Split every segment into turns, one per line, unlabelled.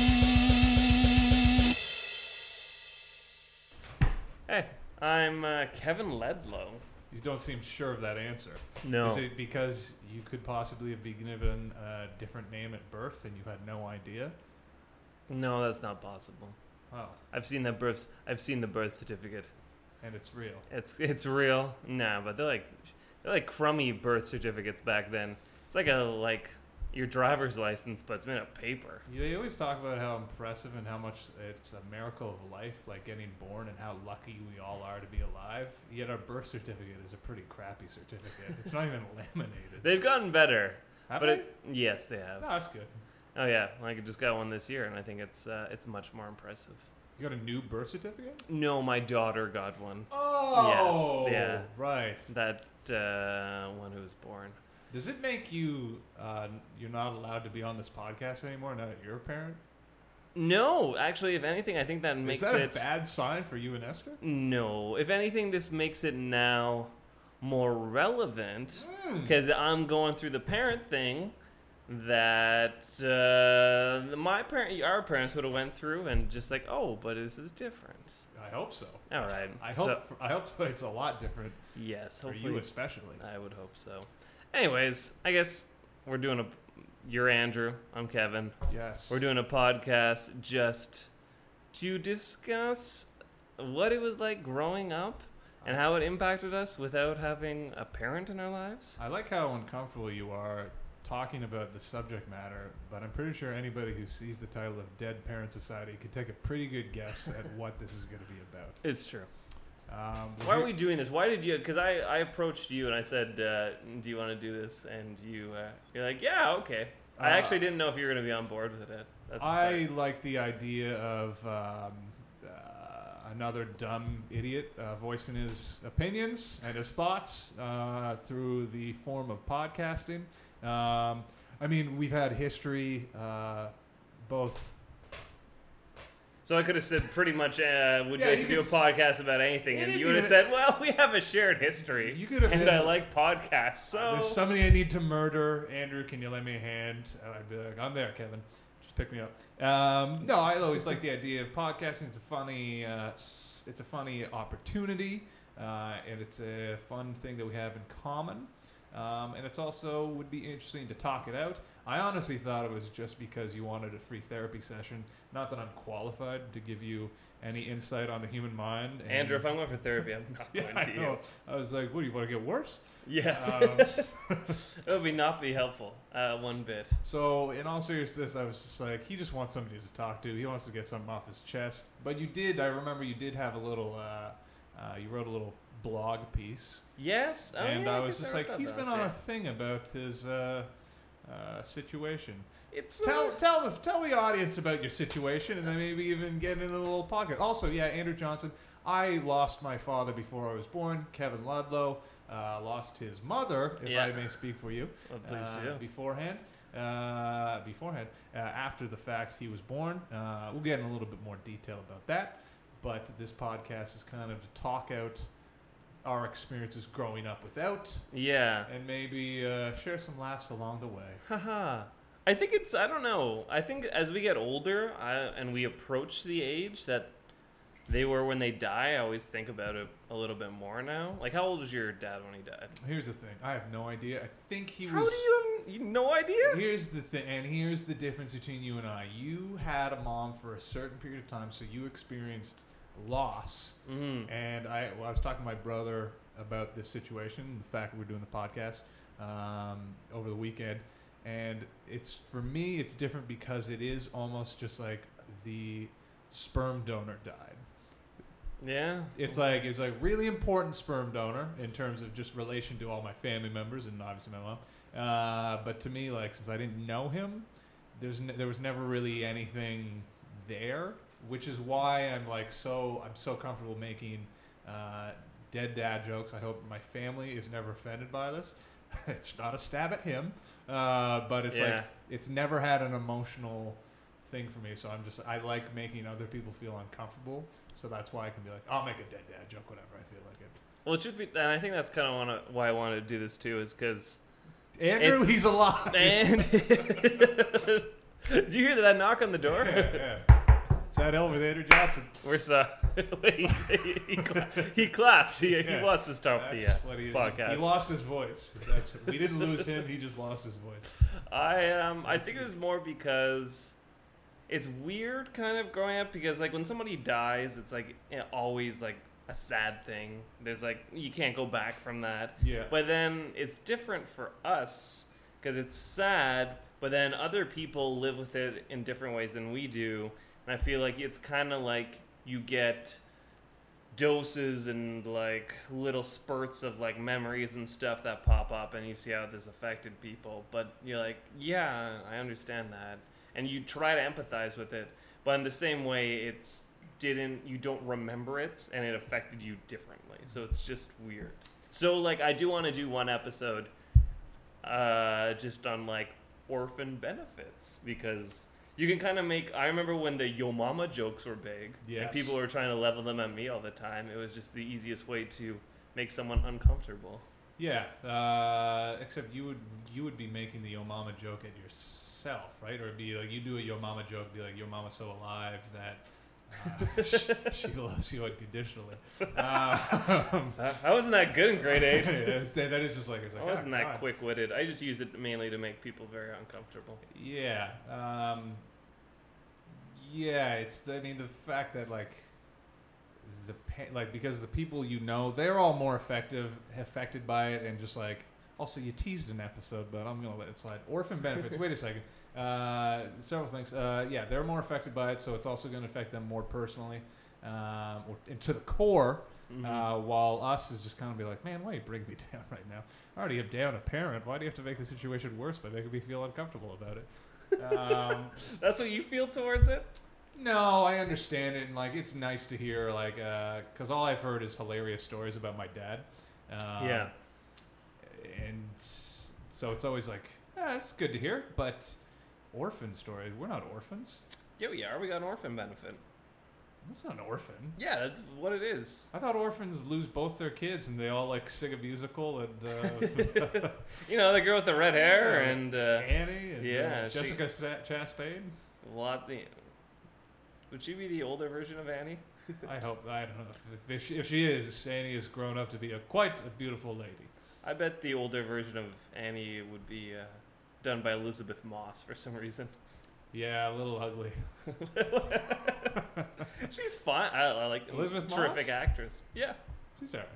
uh, Kevin Ledlow.
You don't seem sure of that answer. Is
No.
it because you could possibly have been given a different name at birth and you had no idea?
No, that's not possible.
Wow.
I've seen that birth. I've seen the birth certificate.
And it's real.
It's it's real. Nah, but they're like they're like crummy birth certificates back then. It's like a like your driver's license, but it's made of paper.
They always talk about how impressive and how much it's a miracle of life, like getting born and how lucky we all are to be alive. Yet our birth certificate is a pretty crappy certificate. It's not even laminated.
They've gotten better,
Have
but
I?
it, yes, they have.
no, that's good.
Oh yeah, like I just got one this year, and I think it's uh, it's much more impressive.
You got a new birth certificate?
No, my daughter got one.
Oh,
yeah.
right.
That uh, one who was born.
Does it make you uh, you're not allowed to be on this podcast anymore now that you're a parent?
No, actually, if anything, I think that makes
is that
it
a bad sign for you and Esther?
no. If anything, this makes it now more relevant
Hmm.
because I'm going through the parent thing that uh, my parent, our parents would have went through, and just like, oh, but this is different.
I hope so.
All right,
I
so-
hope I hope so. It's a lot different
yes,
for
hopefully
you especially.
I would hope so. Anyways, I guess we're doing a. You're Andrew. I'm Kevin.
Yes.
We're doing a podcast just to discuss what it was like growing up and how it impacted us without having a parent in our lives.
I like how uncomfortable you are talking about the subject matter, but I'm pretty sure anybody who sees the title of Dead Parent Society could take a pretty good guess at what this is going to be about.
It's true.
Um,
Why are we doing this? Why did you? Because I, I approached you and I said, uh, "Do you want to do this?" And you uh, you're like, "Yeah, okay." I
Uh,
actually didn't know if you were going to be on board with it. at- at the
I
start.
like the idea of um, uh, another dumb idiot uh, voicing his opinions and his thoughts uh, through the form of podcasting. Um, I mean, we've had history, uh, both.
So I could have said pretty much, uh, "Would
Yeah,
you like
you
to do a
could s-
podcast about anything?"
You
And
didn't
you would have
even-
said, "Well, we have a shared history,
You could have
and
had-
I like podcasts." So
There's somebody I need to murder. Andrew, can you lend me a hand? And I'd be like, I'm there, Kevin. Just pick me up. Um, no, I always like the idea of podcasting. It's a funny, uh, s- it's a funny opportunity, uh, and it's a fun thing that we have in common. Um, and it's also would be interesting to talk it out. I honestly thought it was just because you wanted a free therapy session. Not that I'm qualified to give you any insight on the human mind. and-
Andrew, if I'm going for therapy, I'm not
yeah,
going
I
to you.
know. I was like, what do you want to get worse?
Yeah,
Um,
it would be not be helpful uh, one bit.
So, in all seriousness, I was just like, he just wants somebody to talk to. He wants to get something off his chest. But you did, I remember you did have a little, uh, uh, you wrote a little blog piece.
Yes, oh,
and
yeah,
I
guess
was just
wrote
like,
that
he's
down,
been
so
on
yeah.
a thing about his uh, uh, situation.
It's
Tell,
uh,
tell, the, tell the audience about your situation and then maybe even get in a little podcast. Also, yeah, Andrew Johnson, I lost my father before I was born. Kevin Ludlow uh, lost his mother, if
Yeah.
I may speak for you
Well, Oh, please
uh,
do.
beforehand. Uh, beforehand, uh, after the fact, he was born. Uh, we'll get in a little bit more detail about that. But this podcast is kind of to talk out our experiences growing up without,
Yeah.
and maybe uh, share some laughs along the way.
Haha. I think it's I don't know. I think as we get older I, and we approach the age that they were when they die, I always think about it a little bit more now. Like how old was your dad when he died?
Here's the thing: I have no idea. I think he
How
was.
do you have n- you- no idea?
Here's the thing, and here's the difference between you and I. You had a mom for a certain period of time, so you experienced loss.
Mm.
And I, well, I was talking to my brother about this situation, the fact that we're doing the podcast um, over the weekend, and it's for me, it's different because it is almost just like the sperm donor died.
Yeah.
It's like it's like really important sperm donor in terms of just relation to all my family members and obviously my mom. Uh, but to me, like since I didn't know him, there's n there was never really anything there, which is why I'm like so I'm so comfortable making uh, dead dad jokes. I hope my family is never offended by this. it's not a stab at him, uh, but it's
Yeah.
like it's never had an emotional thing for me. So I'm just I like making other people feel uncomfortable. So that's why I can be like, I'll make a dead dad joke whenever I feel like it.
Well, it should be, and I think that's kind of wanna, why I wanted to do this too, is because
Andrew,
It's-
he's alive.
and did you hear that knock on the door?
Yeah, yeah. It's that hell with Andrew Johnson.
We're sorry. he, he, cla- he clapped. He,
Yeah.
he wants to stop
That's
the uh,
what he,
podcast.
he lost his voice. That's, we didn't lose him. He just lost his voice.
I um I think it was more because it's weird kind of growing up because like when somebody dies it's like eh, always like a sad thing. There's like you can't go back from that.
Yeah.
But then it's different for us because it's sad, but then other people live with it in different ways than we do. And I feel like it's kind of like you get doses and like little spurts of like memories and stuff that pop up and you see how this affected people but you're like yeah i understand that and you try to empathize with it but in the same way it's didn't you don't remember it and it affected you differently so it's just weird so like i do want to do one episode uh just on like orphan benefits because you can kind of make i remember when the yo mama jokes were big
Yes.
and people were trying to level them at me all the time it was just the easiest way to make someone uncomfortable
Yeah, uh, except you would you would be making the yo mama joke at yourself, right? Or it'd be like you do a yo mama joke, be like your mama's so alive that uh, she, she loves you unconditionally. Uh,
i I wasn't that good in grade 8
yeah, it's- that that is just like it's like
i wasn't
oh, God.
that quick-witted i just used it mainly to make people very uncomfortable
Yeah. Um, yeah, it's. I mean, the fact that like the pa- like because the people you know they're all more effective affected by it and just like also you teased an episode but I'm gonna let it slide. Orphan benefits. wait a second. Uh, several things. Uh, yeah, they're more affected by it, so it's also going to affect them more personally um, or, and to the core.
Mhm.
Uh, while us is just kind of be like, man, why you bring me down right now? I already am down a parent. Why do you have to make the situation worse by making me feel uncomfortable about it? um,
that's what you feel towards it
no, I understand it, and like it's nice to hear, like, because all I've heard is hilarious stories about my dad. Um,
yeah
and s- so it's always like, ah, it's good to hear, but orphan story. We're not orphans.
yeah we are we got an orphan benefit
That's not an orphan.
yeah that's what it is
I thought orphans lose both their kids, and they all like sing a musical and. Uh,
You know, the girl with the red hair
Yeah.
and uh,
Annie and
yeah,
uh,
she-
Jessica Sa- Chastain.
lot. The, would she be the older version of Annie?
I hope I don't know if, if, she, if she is. Annie has grown up to be a quite a beautiful lady.
I bet the older version of Annie would be uh, done by Elizabeth Moss for some reason.
Yeah, a little ugly.
She's fine. I, I like
Elizabeth
terrific
Moss?
actress. Yeah.
She's alright.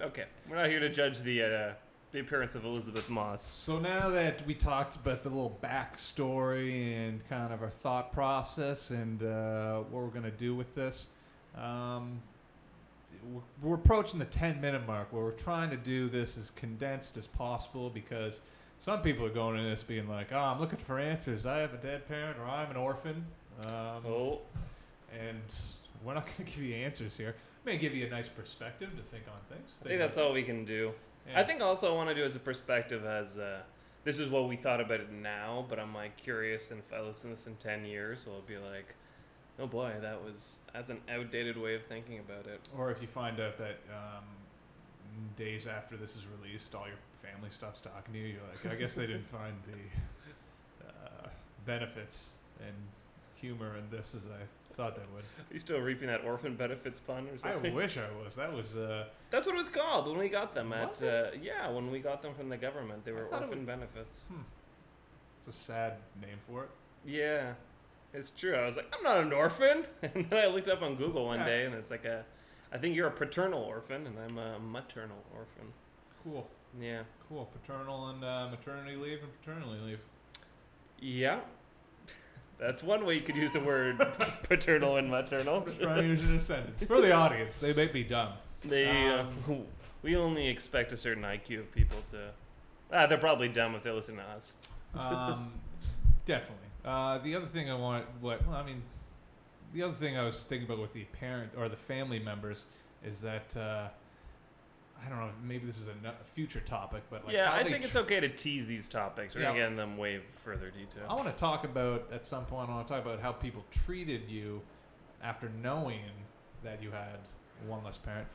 Okay. We're not here to judge the uh, the appearance of Elizabeth Moss.
So now that we talked about the little backstory and kind of our thought process and uh, what we're gonna do with this, um, we're, we're approaching the ten minute mark where we're trying to do this as condensed as possible because some people are going in this being like, "Oh, I'm looking for answers. I have a dead parent, or I'm an orphan." Um,
Oh,
and we're not going to give you answers here. May give you a nice perspective to think on things.
I think that's all we can do. I think also I want to do as a perspective as uh, this is what we thought about it now, but I'm like curious, and if I listen to this in ten years, we'll be like, oh boy, that was that's an outdated way of thinking about it.
Or if you find out that um, days after this is released, all your family stops talking to you, you're like, I guess they didn't find the uh, benefits and humor in this as I thought they would.
Are you still reaping that orphan benefits pun or
I
something?
wish I was. That was. Uh,
That's what it was called when we got them at
Was
uh,
it?
yeah when we got them from the government. They
I
were
thought it
orphan benefits.
it's a sad name for it.
Yeah, it's true. I was like, I'm not an orphan, and then I looked up on Google one
Yeah.
day, and it's like a, I think you're a paternal orphan, and I'm a maternal orphan.
Cool.
Yeah.
Cool. Paternal and uh, maternity leave and paternity leave.
Yeah. That's one way you could use the word paternal and maternal.
I'm just trying to use it in a sentence. For the audience, they may be dumb.
They, uh,
Um.
we only expect a certain IQ of people to. Ah, they're probably dumb if they listen to us.
um, definitely. Uh, the other thing I want, what, well, I mean, the other thing I was thinking about with the parent or the family members is that uh, I don't know. Maybe this is a no- future topic, but like
yeah,
how
I
they
think
tr-
it's okay to tease these topics. We're gonna
Yeah.
get in them way further
I
detail.
want to talk about at some point. I want to talk about how people treated you after knowing that you had one less parent.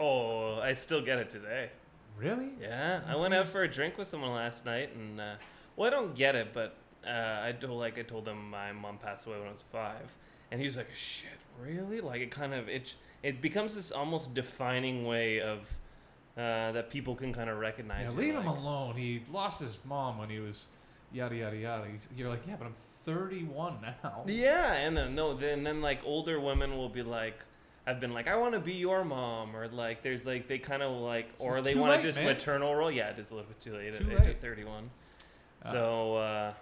Oh, I still get it today.
Really?
Yeah, I
It
went out
seems-
for a drink with someone last night, and uh, well, I don't get it, but uh, I told like I told them my mom passed away when I was five, and he was like, "Shit, really?" Like it kind of it it becomes this almost defining way of uh, that people can kind of recognize.
Yeah,
you,
leave him
like-
alone. He lost his mom when he was yada yada yada. He's, you're like, yeah, but I'm 31 now.
Yeah, and then no, then then like older women will be like, I've been like, I want to be your mom, or like there's like they kind of like,
It's
or they
too
wanted
late,
this
man.
maternal role. Yeah, it is a little bit too late at
Too
the age
late.
of thirty one.
Uh,
so uh,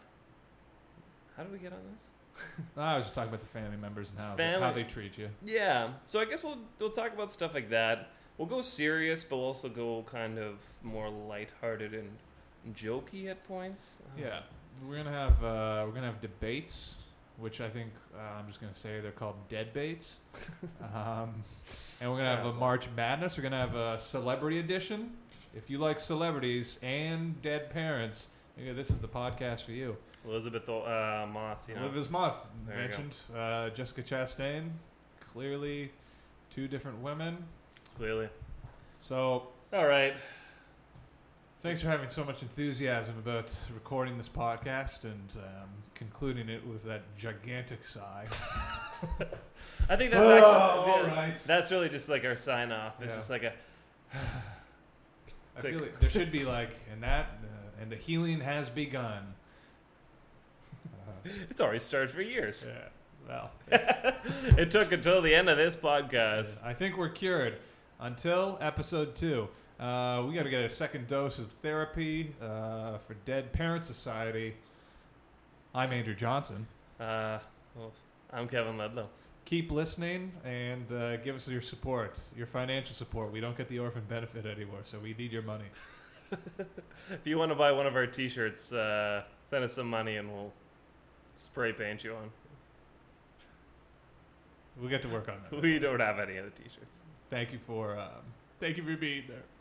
how do we get on this?
I was just talking about the family members and how they, how
Family-
they treat you.
Yeah, so I guess we'll we'll talk about stuff like that. We'll go serious, but we'll also go kind of more lighthearted and jokey at points. Uh,
Yeah, we're gonna have uh, we're gonna have debates, which I think uh, I'm just gonna say they're called dead baits. um, and we're gonna have a
Yeah.
March Madness. We're gonna have a celebrity edition. If you like celebrities and dead parents, yeah, this is the podcast for you.
Elizabeth uh, Moss, you know.
Live this month
There you go.
mentioned uh, Jessica Chastain, clearly two different women.
Clearly.
So
All right.
Thanks for having so much enthusiasm about recording this podcast and um, concluding it with that gigantic sigh.
I think that's actually
all
yeah,
right.
that's really just like our sign off. It's
Yeah.
just like a
I
Take-
feel it, there should be like, and that, uh, and the healing has begun. Uh,
it's already started for years.
yeah, well, uh,
It took until the end of this podcast.
I think we're cured until episode two. Uh, we got to get a second dose of therapy uh, for Dead Parent Society. I'm Andrew Johnson.
Uh, well, I'm Kevin Ludlow.
keep listening and uh, give us your support, your financial support. We don't get the orphan benefit anymore, so we need your money.
If you want to buy one of our T-shirts, uh, send us some money and we'll spray paint you on.
We'll get to work on that.
We don't have any of the T-shirts.
Thank you for um, thank you for being there.